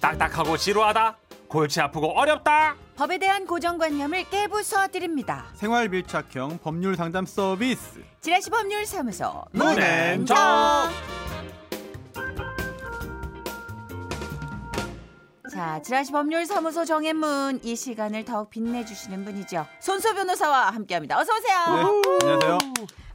딱딱하고 지루하다. 골치 아프고 어렵다. 법에 대한 고정관념을 깨부숴 드립니다. 생활 밀착형 법률 상담 서비스. 네, 지라시 법률사무소 문앤정. 자, 지라시 법률사무소 정혜문 이 시간을 더욱 빛내주시는 분이죠. 손소 변호사와 함께합니다. 어서 네. 오세요. 안녕하세요.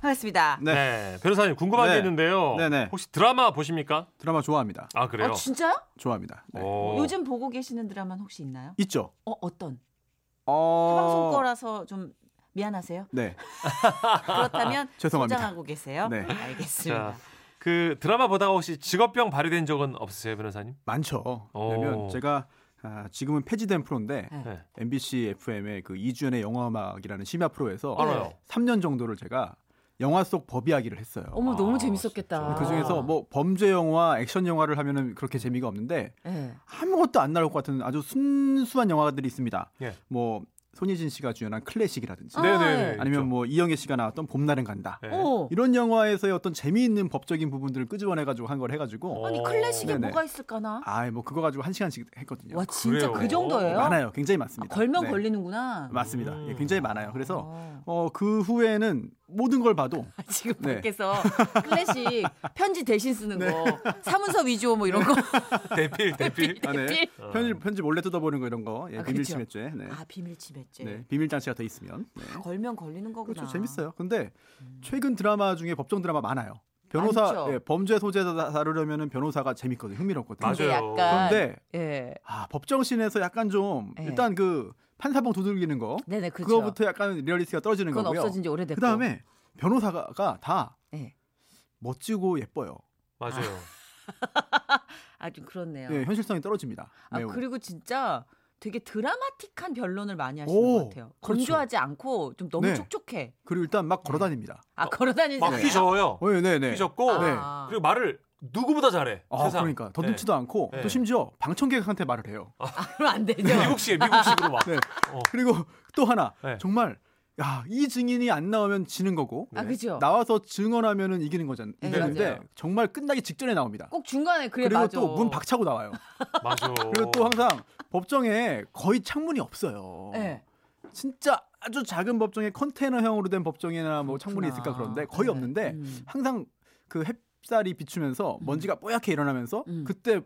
반갑습니다. 네. 네, 변호사님 궁금한 네. 게 있는데요. 네네. 혹시 드라마 보십니까? 드라마 좋아합니다. 아 그래요? 어, 진짜요? 좋아합니다. 네. 오. 요즘 보고 계시는 드라마 는 혹시 있나요? 있죠. 어, 어떤? 어. 타방송 거라서 좀 미안하세요. 네. 그렇다면 죄송합니다. 소장하고 계세요. 네. 알겠습니다. 자, 그 드라마 보다가 혹시 직업병 발휘된 적은 없으세요, 변호사님? 많죠. 오. 왜냐면 제가 아, 지금은 폐지된 프로인데 네. 네. MBC FM의 그 이주연의 영화음악이라는 심야 프로에서 네. 알아요. 3년 정도를 제가 영화 속 법 이야기를 했어요. 어머 아, 너무 재밌었겠다. 진짜. 그 중에서 뭐 범죄 영화, 액션 영화를 하면은 그렇게 재미가 없는데 예. 아무것도 안 나올 것 같은 아주 순수한 영화들이 있습니다. 예. 뭐 손예진 씨가 주연한 클래식이라든지 아, 네네. 그렇죠. 아니면 뭐 이영애 씨가 나왔던 봄날은 간다. 네. 오. 이런 영화에서의 어떤 재미있는 법적인 부분들을 끄집어내 가지고 한 걸 해가지고 어. 아니 클래식에 네네. 뭐가 있을까나? 아이 뭐 그거 가지고 한 시간씩 했거든요. 와 진짜 그래요? 그 정도예요? 많아요, 굉장히 아, 많습니다. 걸면 네. 걸리는구나. 맞습니다. 음. 예, 굉장히 많아요. 그래서 어. 어 그 후에는 모든 걸 봐도 아, 지금 네. 밖에서 클래식 편지 대신 쓰는 거, 사문서 위주호 뭐 이런 거. 대필 대필. 네. 아, 네. 필. 어. 편집 편집 몰래 뜯어보는 거 이런 거 예, 아, 그렇죠. 비밀 침해죄. 네. 아 비밀 지배죄. 네, 비밀 장치가 더 있으면. 네. 다 걸면 걸리는 거구나. 음. 그렇죠. 재밌어요. 근데 최근 드라마 중에 법정 드라마 많아요. 변호사 많죠. 예, 범죄 소재 다- 다루려면은 변호사가 재밌거든요. 흥미롭거든요. 맞아요. 근데 약간 그런데 예. 아, 법정신에서 약간 좀 예. 일단 그 판사봉 두들기는 거 네네 그죠. 그거부터 약간 리얼리티가 떨어지는 그건 거고요. 없어진 지 오래됐고. 그다음에 변호사가 다 예. 멋지고 예뻐요. 맞아요. 아좀 그렇네요. 예, 현실성이 떨어집니다. 아 매우. 그리고 진짜 되게 드라마틱한 변론을 많이 하시는 오, 것 같아요. 그렇죠. 건조하지 않고 좀 너무 네. 촉촉해. 그리고 일단 막 걸어다닙니다. 아 걸어다니는 막 네. 휘저어요. 어, 네, 네. 휘젓고 네. 아. 그리고 말을 누구보다 잘해. 아, 세상. 그러니까 네. 더듬지도 않고 네. 또 심지어 방청객한테 말을 해요. 아. 그럼 안 되죠. 미국식 미국식으로 막. 네. 어. 그리고 또 하나 네. 정말 야, 이 증인이 안 나오면 지는 거고 아 그죠. 나와서 증언하면은 이기는 거잖아요. 네, 이기는데 맞아요. 정말 끝나기 직전에 나옵니다. 꼭 중간에 그래 그리고 맞아. 또 문 박차고 나와요. 맞아. 그리고 또 항상 법정에 거의 창문이 없어요. 네. 진짜 아주 작은 법정에 컨테이너형으로 된 법정이나 뭐 창문이 그렇구나. 네. 있을까 그런데 거의 없는데 음. 항상 그 햇살이 비추면서 먼지가 뽀얗게 일어나면서 음. 그때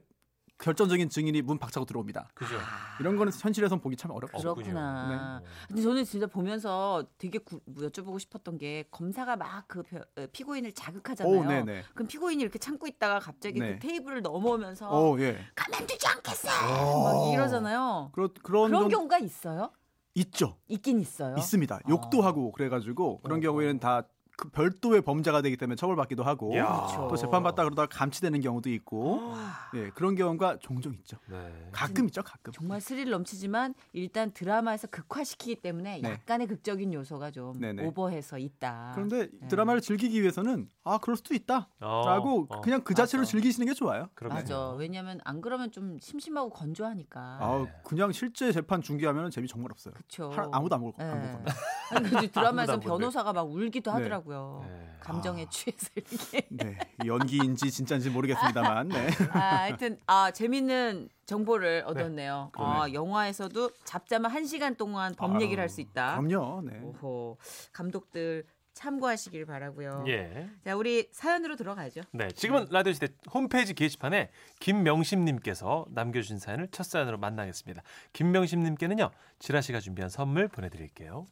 결정적인 증인이 문 박차고 들어옵니다. 그죠. 이런 거는 현실에선 보기 참 어렵죠. 그렇- 아, 그렇구나. 없군요. 네. 근데 저는 진짜 보면서 되게 구, 뭐 여쭤보고 싶었던 게 검사가 막 그 피고인을 자극하잖아요. 오, 네네. 그럼 피고인이 이렇게 참고 있다가 갑자기 네. 그 테이블을 넘어오면서 오, 예. 가만두지 않겠어. 막 이러잖아요. 그런 그런, 그런 건 경우가 있어요? 있죠. 있긴 있어요. 아. 있습니다. 욕도 하고 그래가지고 그런 경우에는 다그 별도의 범죄가 되기 때문에 처벌받기도 하고 야. 또 재판받다 그러다가 감치되는 경우도 있고 아. 예 그런 경우가 종종 있죠. 네. 가끔 있죠, 가끔. 정말 스릴 넘치지만 일단 드라마에서 극화시키기 때문에 네. 약간의 극적인 요소가 좀 네네. 오버해서 있다. 그런데 네. 드라마를 즐기기 위해서는 아 그럴 수도 있다라고 어, 어. 그냥 그 자체로 맞아. 즐기시는 게 좋아요. 그렇군요. 맞아. 왜냐면 안 그러면 좀 심심하고 건조하니까. 아 그냥 실제 재판 중계하면 재미 정말 없어요. 그렇죠. 하- 아무도 안 보고 안 네. 보고 갑니다. 아니, 그 드라마에서 아무도 안 변호사가 막 울기도 네. 하더라고요. 네. 감정에 취해서 이렇게. 네 연기인지 진짜인지 모르겠습니다만 네. 아, 하여튼 아 재밌는 정보를 얻었네요. 아, 영화에서도 잡자만 한 시간 동안 법 아유, 얘기를 할 수 있다. 그럼요. 네. 오호 감독들 참고하시길 바라고요. 예. 자 우리 사연으로 들어가죠. 네, 지금은 라디오 시대 홈페이지 게시판에 김명심님께서 남겨주신 사연을 첫 사연으로 만나겠습니다. 김명심님께는요, 지라 씨가 준비한 선물 보내드릴게요.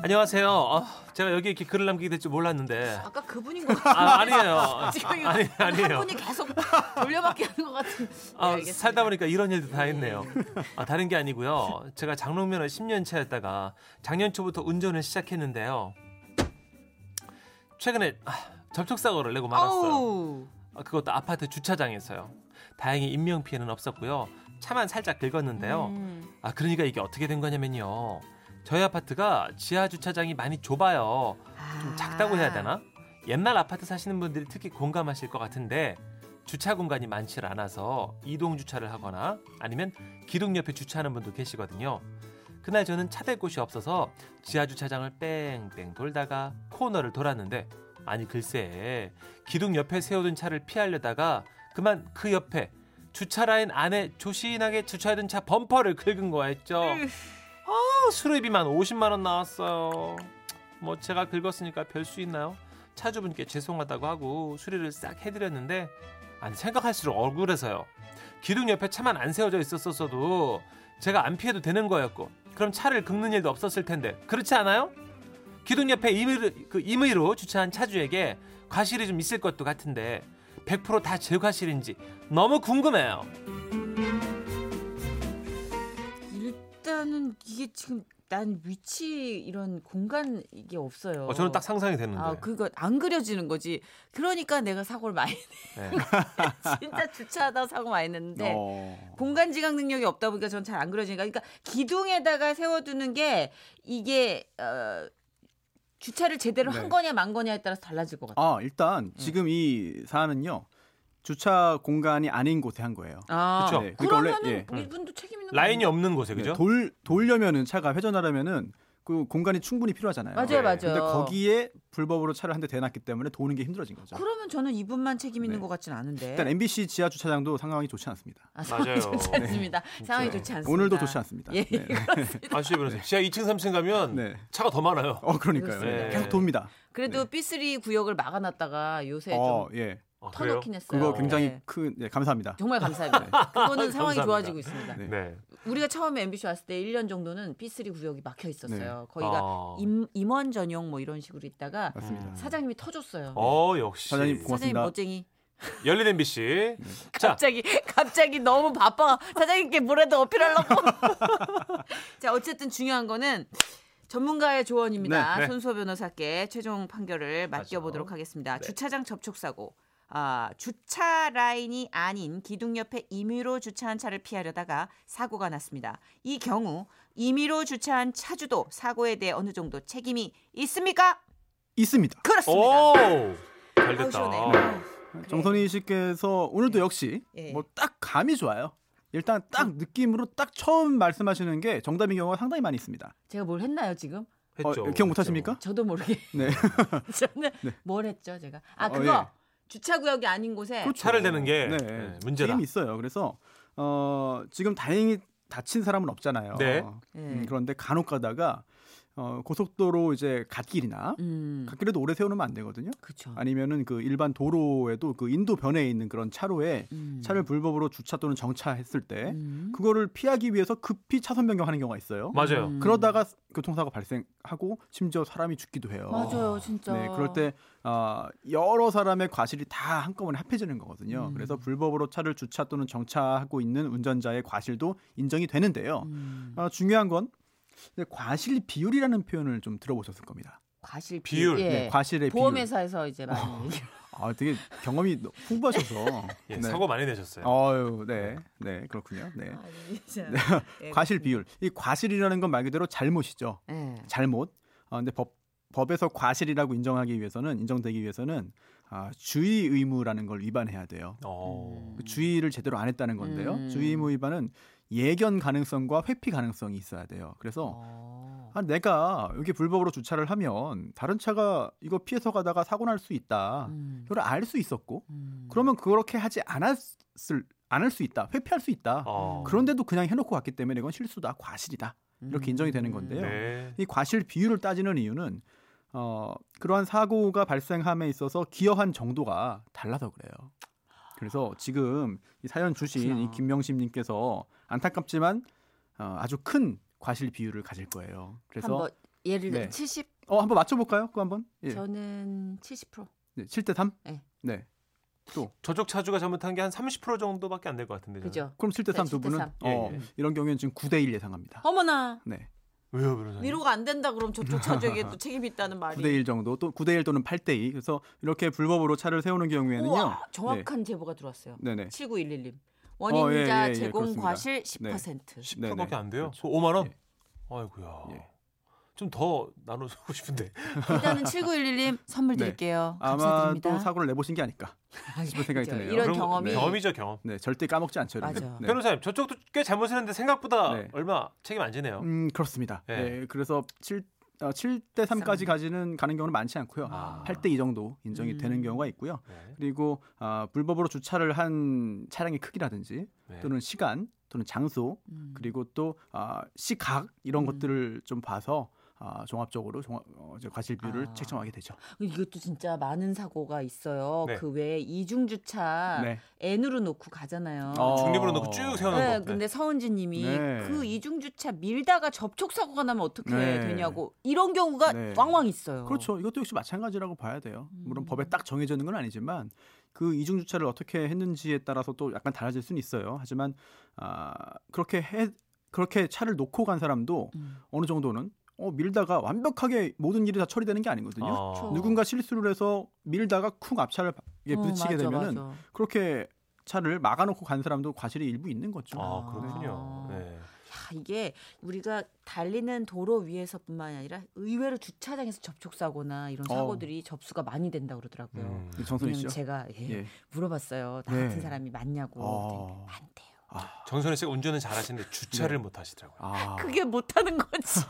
안녕하세요. 어, 제가 여기 이렇게 글을 남기게 될 줄 몰랐는데. 아까 그분인 것 같아요. 아, 아니에요. 지금 이거 아니, 한 아니에요. 분이 계속 돌려받게 하는 것 같은. 아, 네, 살다 보니까 이런 일도 다 했네요. 아, 다른 게 아니고요. 제가 장롱면허 10년 차였다가 작년 초부터 운전을 시작했는데요. 최근에 아, 접촉사고를 내고 말았어요. 아우 아, 그것도 아파트 주차장에서요. 다행히 인명피해는 없었고요. 차만 살짝 긁었는데요. 음. 아, 그러니까 이게 어떻게 된 거냐면요. 저희 아파트가 지하 주차장이 많이 좁아요. 좀 작다고 해야 되나? 옛날 아파트 사시는 분들이 특히 공감하실 것 같은데 주차 공간이 많지 않아서 이동 주차를 하거나 아니면 기둥 옆에 주차하는 분도 계시거든요. 그날 저는 차댈 곳이 없어서 지하 주차장을 뺑뺑 돌다가 코너를 돌았는데 아니 글쎄 기둥 옆에 세워둔 차를 피하려다가 그만 그 옆에 주차 라인 안에 조신하게 주차하던 차 범퍼를 긁은 거였죠. 아 수리비만 50만 원 나왔어요. 뭐 제가 긁었으니까 별 수 있나요? 차주분께 죄송하다고 하고 수리를 싹 해드렸는데 아니 생각할수록 억울해서요. 기둥 옆에 차만 안 세워져 있었어도 제가 안 피해도 되는 거였고 그럼 차를 긁는 일도 없었을 텐데 그렇지 않아요? 기둥 옆에 임의, 그 임의로 주차한 차주에게 과실이 좀 있을 것도 같은데 100%다 제 과실인지 너무 궁금해요. 일단은 이게 지금 난 위치 이런 공간 이게 없어요. 어, 저는 딱 상상이 되는데. 아, 그거 안 그려지는 거지. 그러니까 내가 사고를 많이 네. 진짜 주차하다 사고 많이 냈는데 어. 공간 지각 능력이 없다 보니까 전 잘 안 그려지니까 그러니까 기둥에다가 세워두는 게 이게 어, 주차를 제대로 네. 한 거냐 만 거냐에 따라서 달라질 것 같아요. 아 일단 지금 이 사안은요 주차 공간이 아닌 곳에 한 거예요. 아, 그쵸. 네, 그러면은 예. 이분도 책임 있는 거 라인이 아니에요? 없는 곳에 그죠? 네, 돌 돌려면은 차가 회전하려면은 그 공간이 충분히 필요하잖아요. 맞아요, 네. 맞아요. 근데 거기에 불법으로 차를 한 대 대놨기 때문에 도는 게 힘들어진 거죠. 그러면 저는 이분만 책임 있는 네. 것 같진 않은데. 일단 MBC 지하 주차장도 상황이 좋지 않습니다. 아, 상황이 맞아요. 네. 좋지 않습니다. 상황이 진짜. 좋지 않습니다. 오늘도 좋지 않습니다. 예. 네. 아시죠, 변호사님? 지하 2층, 3층 가면 네. 차가 더 많아요. 어 그러니까요. 네. 계속 돕니다. 그래도 B3 구역을 막아놨다가 요새 어 네, 좀 예. 아, 그래요? 터놓긴 했어요. 그거 굉장히 네. 큰 예, 감사합니다. 정말 감사합니다. 그거는 상황이 감사합니다. 좋아지고 있습니다. 네. 네. 우리가 처음에 MBC 왔을 때 1년 정도는 B3 구역이 막혀 네. 있었어요. 거기가 아. 임, 임원 전용 뭐 이런 식으로 있다가 맞습니다. 사장님이 터줬어요. 어, 역시. 사장님 아. 네. 고맙습니다. 사장님 멋쟁이. 열린 MBC. 자, 갑자기 갑자기 너무 바빠. 사장님께 뭐라도 어필하려고. 자 어쨌든 중요한 거는 전문가의 조언입니다. 네, 네. 손수호 변호사께 최종 판결을 맡겨보도록 하겠습니다. 네. 주차장 접촉 사고. 아, 주차 라인이 아닌 기둥 옆에 임의로 주차한 차를 피하려다가 사고가 났습니다. 이 경우 임의로 주차한 차주도 사고에 대해 어느 정도 책임이 있습니까? 있습니다. 그렇습니다. 오! 잘 아우, 됐다. 네. 시원해. 어, 네, 정선희 씨께서 오늘도 역시 예. 음. 뭐 딱 감이 좋아요. 일단 딱 느낌으로 딱 처음 말씀하시는 게 정답인 경우가 상당히 많이 있습니다. 제가 뭘 했나요 지금? 했죠. 어, 기억 못 하십니까? 저도 모르게. 네. 저는 뭘 했죠 제가? 아 어, 그거 예. 주차구역이 아닌 곳에 그렇죠. 차를 대는 게, 네. 네, 문제다. 책임이 있어요. 그래서 어, 지금 다행히 다친 사람은 없잖아요. 네. 예. 음, 그런데 간혹 가다가 어, 고속도로 이제 갓길이나 음, 갓길에도 오래 세우면 안 되거든요. 그렇죠. 아니면은 그 일반 도로에도 그 인도 변에 있는 그런 차로에 음. 차를 불법으로 주차 또는 정차했을 때 음. 그거를 피하기 위해서 급히 차선 변경하는 경우가 있어요. 맞아요. 음. 그러다가 교통사고 발생하고 심지어 사람이 죽기도 해요. 맞아요, 진짜. 네, 그럴 때 아, 여러 사람의 과실이 다 한꺼번에 합해지는 거거든요. 음. 그래서 불법으로 차를 주차 또는 정차하고 있는 운전자의 과실도 인정이 되는데요. 음. 아, 중요한 건 이제 과실 비율이라는 표현을 좀 들어보셨을 겁니다. 과실 비율. 예. 네, 과실의 비율. 보험회사에서 이제 많이 얘기해요. 아, 되게 경험이 너- 풍부하셔서. 예, 네. 사고 많이 내셨어요. 어유, 네, 네, 그렇군요. 네. 아니, 진짜. 예. 과실 비율. 이 과실이라는 건 말 그대로 잘못이죠. 예. 잘못. 어, 근데 법 법에서 과실이라고 인정하기 위해서는 인정되기 위해서는 아, 주의 의무라는 걸 위반해야 돼요. 어. 그 주의를 제대로 안 했다는 건데요. 음. 주의 의무 위반은 예견 가능성과 회피 가능성이 있어야 돼요. 그래서 어. 아, 내가 여기 불법으로 주차를 하면 다른 차가 이거 피해서 가다가 사고 날 수 있다. 음. 이걸 알 수 있었고 음. 그러면 그렇게 하지 않았을 않을 수 있다. 회피할 수 있다. 어. 그런데도 그냥 해놓고 갔기 때문에 이건 실수다, 과실이다. 음. 이렇게 인정이 되는 건데요. 네. 이 과실 비율을 따지는 이유는 어, 그러한 사고가 발생함에 있어서 기여한 정도가 달라서 그래요. 그래서 지금 이 사연 주신 이 그렇구나. 김명심님께서 안타깝지만 어, 아주 큰 과실 비율을 가질 거예요. 그래서 한번 예를 들어 네. 70 어 한번 맞춰볼까요? 그 한번 예. 저는 70%. 네, 7대 3. 네. 네. 또 저쪽 차주가 잘못한 게 한 30% 정도밖에 안 될 것 예. 같은데. 저는. 그죠? 그럼 7대 3 네, 두 7대 분은 3. 어, 예, 예. 이런 경우에는 지금 9대 1 예상합니다. 어머나. 네. 왜요, 변호사님? 위로가 안 된다 그럼 저쪽 차주에게 또 책임이 있다는 말이. 9대 1 정도 또 9대 1 또는 8대 2. 그래서 이렇게 불법으로 차를 세우는 경우에는요. 우와, 정확한 제보가 들어왔어요. 네, 네. 7911님. 어, 예, 원인자 예, 예, 제공 그렇습니다. 과실 10%. 10%밖에 안 돼요. 그렇죠. 그 5만 원? 예. 아이고야. 예. 좀 더 나눠주고 싶은데. 일단은 7911님 선물 네. 드릴게요. 아마 감사드립니다. 또 사고를 내보신 게 아닐까. 싶은 생각이 그죠. 드네요. 이런 그런 거- 경험이 경험이죠, 경험. 네, 절대 까먹지 않죠. 이런 거. 맞아. 네. 변호사님, 저쪽도 꽤 잘못했는데 생각보다 네. 얼마 책임 안 지네요. 음, 그렇습니다. 네. 네, 그래서 7 어, 7대 3까지 삼. 가지는 가는 경우는 많지 않고요. 아. 8대 2 정도 인정이 음. 되는 경우가 있고요. 네. 그리고 아, 불법으로 주차를 한 차량의 크기라든지 네. 또는 시간 또는 장소 음. 그리고 또 아, 시각 이런 음. 것들을 좀 봐서 아, 종합적으로 종합, 어, 이제 과실비율을 아. 책정하게 되죠. 이것도 진짜 많은 사고가 있어요. 네. 그 외에 이중주차 네. N으로 놓고 가잖아요. 어. 중립으로 놓고 쭉 세우는 네, 거. 근데 서은지 님이 네. 그 이중주차 밀다가 접촉사고가 나면 어떻게 네. 되냐고 이런 경우가 네. 왕왕 있어요. 그렇죠. 이것도 역시 마찬가지라고 봐야 돼요. 물론 음. 법에 딱 정해져 있는 건 아니지만 그 이중 주차를 어떻게 했는지에 따라서 또 약간 달라질 수는 있어요. 하지만 아, 그렇게 해 그렇게 차를 놓고 간 사람도 음. 어느 정도는 어, 밀다가 완벽하게 모든 일이 다 처리되는 게 아니거든요. 어. 누군가 실수를 해서 밀다가 쿵 앞차를 바- 이게 어, 부딪히게 맞아, 되면은 맞아. 그렇게 차를 막아놓고 간 사람도 과실이 일부 있는 거죠. 아 그렇군요. 아. 네. 야, 이게 우리가 달리는 도로 위에서뿐만 아니라 의외로 주차장에서 접촉사고나 이런 어. 사고들이 접수가 많이 된다 그러더라고요. 음. 정선희 왜냐면 씨요. 제가 예, 예. 물어봤어요. 나 네. 같은 사람이 맞냐고. 어. 그랬더니 안 돼요. 정선혜 씨가 운전은 잘하시는데 주차를 못 하시더라고요. 아, 그게 못하는 거지.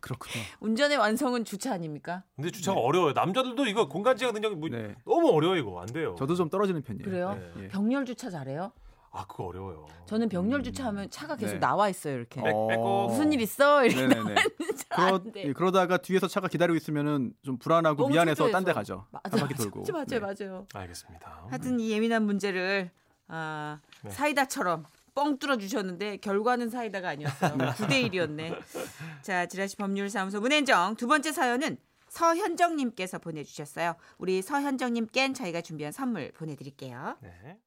그렇군요. 운전의 완성은 주차 아닙니까? 근데 주차가 어려워요. 남자들도 이거 공간 지각 능력이 뭐 네. 너무 어려워 이거 안 돼요. 저도 좀 떨어지는 편이에요. 그래요? 예. 병렬 주차 잘해요? 아 그거 어려워요. 저는 음. 병렬 주차하면 차가 계속 네. 나와 있어요 이렇게. 백- 어. 백업. 무슨 일 있어? 이렇게 네네네. 안 그러, 돼. 예, 그러다가 뒤에서 차가 기다리고 있으면은 좀 불안하고 너무 미안해서 딴 데 초조해서. 가죠. 맞아, 한 바퀴 돌고. 맞아요, 네. 맞아요. 알겠습니다. 하여튼 이 예민한 문제를 아, 네. 사이다처럼 뻥 뚫어 주셨는데 결과는 사이다가 아니었어요. 9대 1이었네. 자, 지라시 법률사무소 문현정 두 번째 사연은 서현정 님께서 보내 주셨어요. 우리 서현정 님께는 저희가 준비한 선물 보내 드릴게요. 네.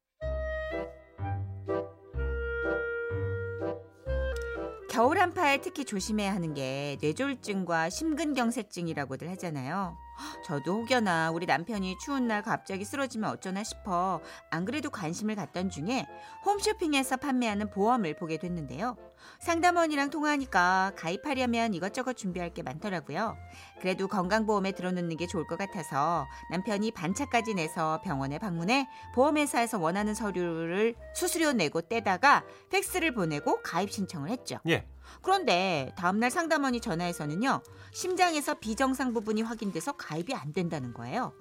겨울 한파에 특히 조심해야 하는 게 뇌졸중과 심근경색증이라고들 하잖아요. 헉, 저도 혹여나 우리 남편이 추운 날 갑자기 쓰러지면 어쩌나 싶어 안 그래도 관심을 갖던 중에 홈쇼핑에서 판매하는 보험을 보게 됐는데요. 상담원이랑 통화하니까 가입하려면 이것저것 준비할 게 많더라고요. 그래도 건강보험에 들어놓는 게 좋을 것 같아서 남편이 반차까지 내서 병원에 방문해 보험회사에서 원하는 서류를 수수료 내고 떼다가 팩스를 보내고 가입 신청을 했죠. 예. 그런데 다음날 상담원이 전화해서는요. 심장에서 비정상 부분이 확인돼서 가입이 안 된다는 거예요.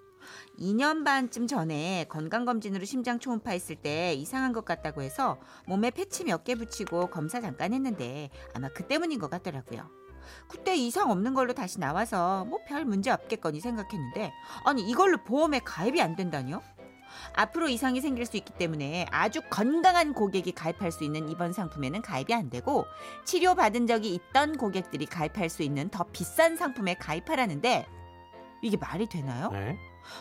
2년 반쯤 전에 건강검진으로 심장 초음파 했을 때 이상한 것 같다고 해서 몸에 패치 몇 개 붙이고 검사 잠깐 했는데 아마 그 때문인 것 같더라고요. 그때 이상 없는 걸로 다시 나와서 뭐 별 문제 없겠거니 생각했는데 아니 이걸로 보험에 가입이 안 된다니요? 앞으로 이상이 생길 수 있기 때문에 아주 건강한 고객이 가입할 수 있는 이번 상품에는 가입이 안 되고 치료받은 적이 있던 고객들이 가입할 수 있는 더 비싼 상품에 가입하라는데 이게 말이 되나요? 네.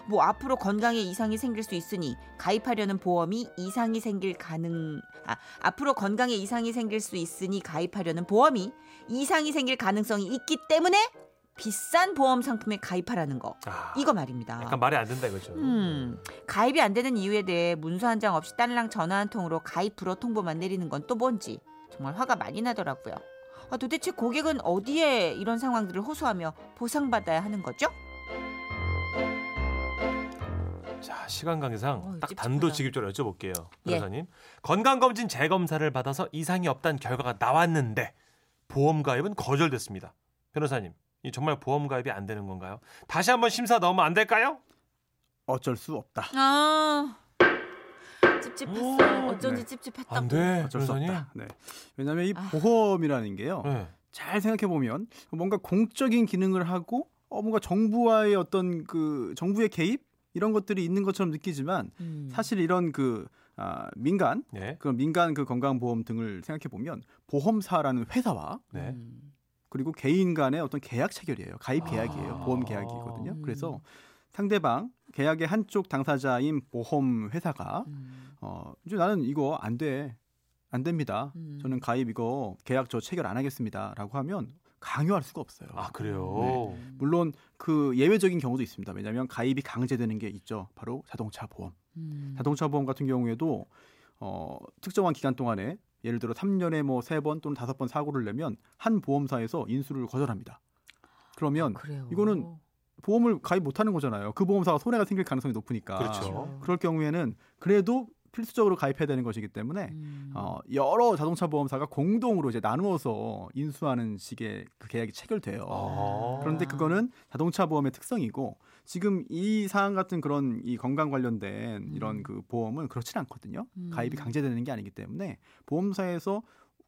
뭐 앞으로 건강에 이상이 생길 수 있으니 가입하려는 보험이 이상이 생길 가능 아 앞으로 건강에 이상이 생길 수 있으니 가입하려는 보험이 이상이 생길 가능성이 있기 때문에 비싼 보험 상품에 가입하라는 거 아, 이거 말입니다. 약간 말이 안 된다 이거죠. 음, 가입이 안 되는 이유에 대해 문서 한 장 없이 딸랑 전화 한 통으로 가입 불허 통보만 내리는 건 또 뭔지 정말 화가 많이 나더라고요. 아, 도대체 고객은 어디에 이런 상황들을 호소하며 보상받아야 하는 거죠? 자 시간 관계상 어우, 딱 찝찝하다. 단도직입적으로 여쭤볼게요 예. 변호사님 건강검진 재검사를 받아서 이상이 없다는 결과가 나왔는데 보험 가입은 거절됐습니다 변호사님 이 정말 보험 가입이 안 되는 건가요 다시 한번 심사 넣으면 안 될까요 어쩔 수 없다. 아, 찝찝했어. 오, 어쩐지 네. 찝찝했다고. 안돼 어쩔 수 변호사님 없다. 어. 네. 왜냐하면 이 아. 보험이라는 게요. 네. 잘 생각해 보면 뭔가 공적인 기능을 하고 어, 뭔가 정부와의 어떤 그 정부의 개입 이런 것들이 있는 것처럼 느끼지만 음. 사실 이런 그 아, 민간 네. 그런 민간 그 건강보험 등을 생각해 보면 보험사라는 회사와 네. 음. 그리고 개인 간의 어떤 계약 체결이에요. 가입 아. 계약이에요. 보험 계약이거든요. 음. 그래서 상대방 계약의 한쪽 당사자인 보험 회사가 음. 어 이제 나는 이거 안 돼. 안 됩니다. 음. 저는 가입 이거 계약 저 체결 안 하겠습니다라고 하면 강요할 수가 없어요. 아 그래요 물론 그 예외적인 경우도 있습니다. 왜냐하면 가입이 강제되는 게 있죠. 바로 자동차 보험. 음. 자동차 보험 같은 경우에도 어, 특정한 기간 동안에 예를 들어 3년에 뭐 3번 또는 5번 사고를 내면 한 보험사에서 인수를 거절합니다. 그러면 아, 그래요. 이거는 보험을 가입 못 하는 거잖아요. 그 보험사가 손해가 생길 가능성이 높으니까. 그렇죠 그렇죠. 그럴 경우에는 그래도 필수적으로 가입해야 되는 것이기 때문에 음. 어, 여러 자동차 보험사가 공동으로 이제 나누어서 인수하는 식의 그 계약이 체결돼요. 아. 어. 그런데 그거는 자동차 보험의 특성이고 지금 이 사안 같은 그런 이 건강 관련된 음. 이런 그 보험은 그렇진 않거든요. 음. 가입이 강제되는 게 아니기 때문에 보험사에서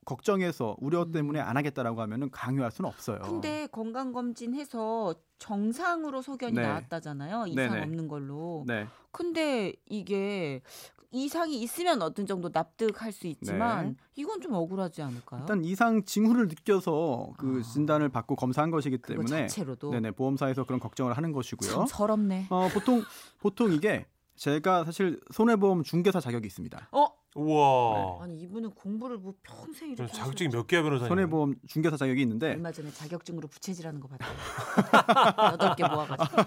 걱정해서 우려 음. 때문에 안 하겠다라고 하면은 강요할 수는 없어요. 근데 건강 검진해서 정상으로 소견이 네. 나왔다잖아요. 이상 네네. 없는 걸로. 네. 근데 이게 이상이 있으면 어떤 정도 납득할 수 있지만 네. 이건 좀 억울하지 않을까요? 일단 이상 징후를 느껴서 그 아. 진단을 받고 검사한 것이기 그거 때문에 자체로도 네네 보험사에서 그런 걱정을 하는 것이고요. 참 서럽네. 어, 보통 보통 이게 제가 사실 손해보험 중개사 자격이 있습니다. 어? 우와. 아니 이분은 공부를 뭐 평생 저 이렇게 자격증이 하시는지. 몇 개야 변호사님? 네. 손해보험 중개사 자격이 있는데 얼마 전에 자격증으로 부채질하는 거 봤어요. 여덟 개 모아가지고.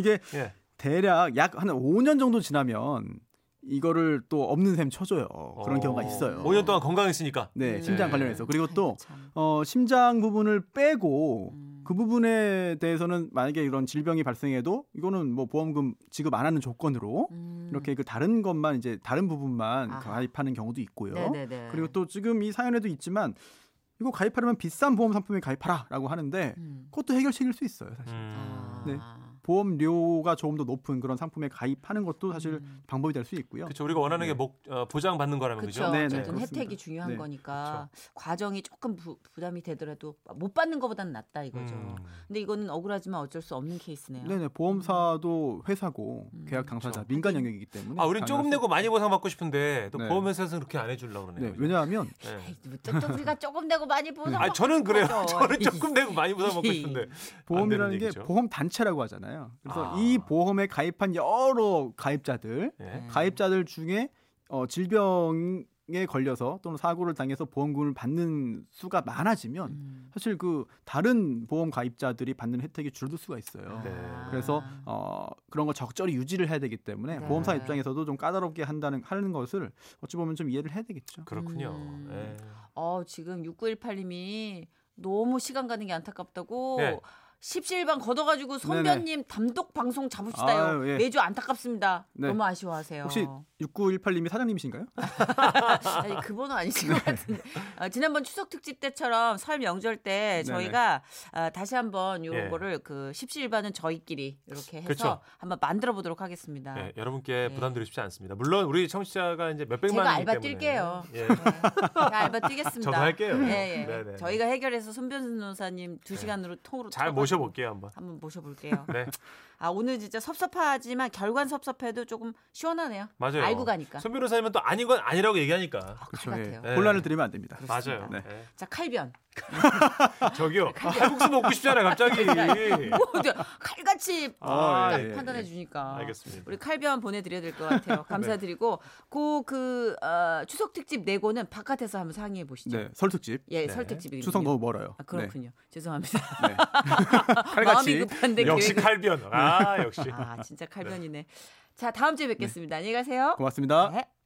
이게 예. 대략 약 한 5년 정도 지나면 이거를 또 없는 셈 쳐줘요. 그런 어, 경우가 있어요. 5년 동안 건강했으니까. 네, 음. 심장 관련해서 그리고 아이고, 또 참. 어, 심장 부분을 빼고 음. 그 부분에 대해서는 만약에 이런 질병이 발생해도 이거는 뭐 보험금 지급 안 하는 조건으로 음. 이렇게 그 다른 것만 이제 다른 부분만 아하. 가입하는 경우도 있고요. 네네네. 그리고 또 지금 이 사연에도 있지만 이거 가입하려면 비싼 보험 상품에 가입하라라고 하는데 음. 그것도 해결책일 수 있어요. 사실 음. 아. 네. 보험료가 조금 더 높은 그런 상품에 가입하는 것도 사실 음. 방법이 방법이 될 수 있고요. 그렇죠. 우리가 원하는 네. 게 목, 어, 보장받는 거라면 그죠? 음. 그렇죠. 그렇죠. 네, 네, 어쨌든 그렇습니다. 혜택이 중요한 네. 거니까 과정이 조금 부, 부담이 되더라도 못 받는 것보다는 낫다 이거죠. 음. 근데 이거는 억울하지만 어쩔 수 없는 케이스네요. 네네 보험사도 회사고 음. 계약 당사자 그렇죠. 민간 영역이기 때문에 아, 우린 조금 네, 당연하죠. 내고 많이 보상받고 싶은데 또 네. 보험회사에서는 그렇게 안 해주려고 네 그러네요. 왜냐하면 네. 에이, 뭐 어쩜 우리가 조금 내고 많이 보상. 아, 저는 그래요. 저는 조금 내고 많이 보상받고 싶은데. 보험이라는 게 얘기죠. 보험 단체라고 하잖아요. 그래서 아. 이 보험에 가입한 여러 가입자들 음. 네. 가입자들 중에 어, 질병에 걸려서 또는 사고를 당해서 보험금을 받는 수가 많아지면 음. 음. 사실 그 다른 보험 가입자들이 받는 혜택이 줄어들 수가 있어요. 네. 아. 그래서 어, 그런 거 적절히 유지를 해야 되기 때문에 네. 보험사 입장에서도 좀 까다롭게 한다는 하는 것을 어찌 보면 좀 이해를 해야 되겠죠. 그렇군요. 음. 네. 어 지금 6918님이 너무 시간 가는 게 안타깝다고. 네. 십시일반 걷어가지고 선변님 담독 방송 잡읍시다요. 아유, 예. 매주 안타깝습니다. 네. 너무 아쉬워하세요. 아, 혹시 6918님이 사장님이신가요? 아니, 그 번호 아니신 것 같은데. 아, 지난번 추석 특집 때처럼 설 명절 때 네네. 저희가 아, 다시 한번 이런 예. 거를 그 십시일반은 저희끼리 이렇게 해서 그쵸. 한번 만들어 보도록 하겠습니다. 네, 여러분께 네. 부담 드리십지 않습니다. 물론 우리 청취자가 이제 몇 백만 제가 알바 때문에. 뛸게요. 예. 제가 알바 뛰겠습니다. 저도 할게요. 예, 예. 네네. 저희가 해결해서 손 변호사님 두 네. 시간으로 통으로 잘 털어가지고 모셔볼게요 한번. 한번 모셔볼게요. 네, 아 오늘 진짜 섭섭하지만 결과는 섭섭해도 조금 시원하네요. 맞아요. 알고 가니까. 손 변호사님은 또 아닌 건 아니라고 얘기하니까. 아, 칼 같아요. 네. 혼란을 드리면 안 됩니다. 그렇습니다. 맞아요. 네. 예. 자 칼변. 저기요. 칼국수 먹고 싶잖아요 갑자기. 뭐, 저 칼같이 예. 아, 딱 예, 예, 판단해 예. 주니까. 알겠습니다. 네. 우리 칼변 보내드려야 될 것 같아요. 감사드리고 고그 어, 추석 특집 내고는 바깥에서 한번 상의해 보시죠. 네, 설특집. 예, 네. 설특집이 추석 너무 멀어요. 아, 그렇군요. 죄송합니다. 네. 네. 마음이 그 칼같이. 급한데 역시 계획을- 칼변. 아 역시. 아 진짜 칼변이네. 자 다음 주에 뵙겠습니다. 안녕히 가세요. 고맙습니다. 네.